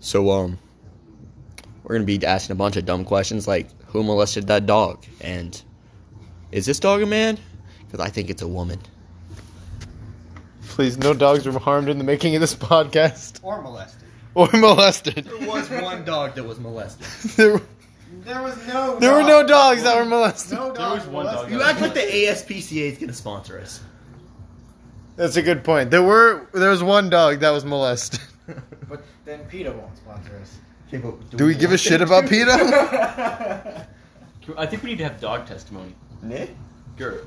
So um, we're gonna be asking a bunch of dumb questions like who molested that dog and is this dog a man? Because I think it's a woman. Please, no dogs were harmed in the making of this podcast Or molested. or molested. There was one dog that was molested. there, There was no. there were dog. no dogs that were molested. No dogs. was one molested. dog. You act like the ASPCA is gonna sponsor us. That's a good point. There were there was one dog that was molested. But then PETA won't sponsor us. Okay, but Do we give a shit about PETA? I think we need to have dog testimony. Nick? Gert.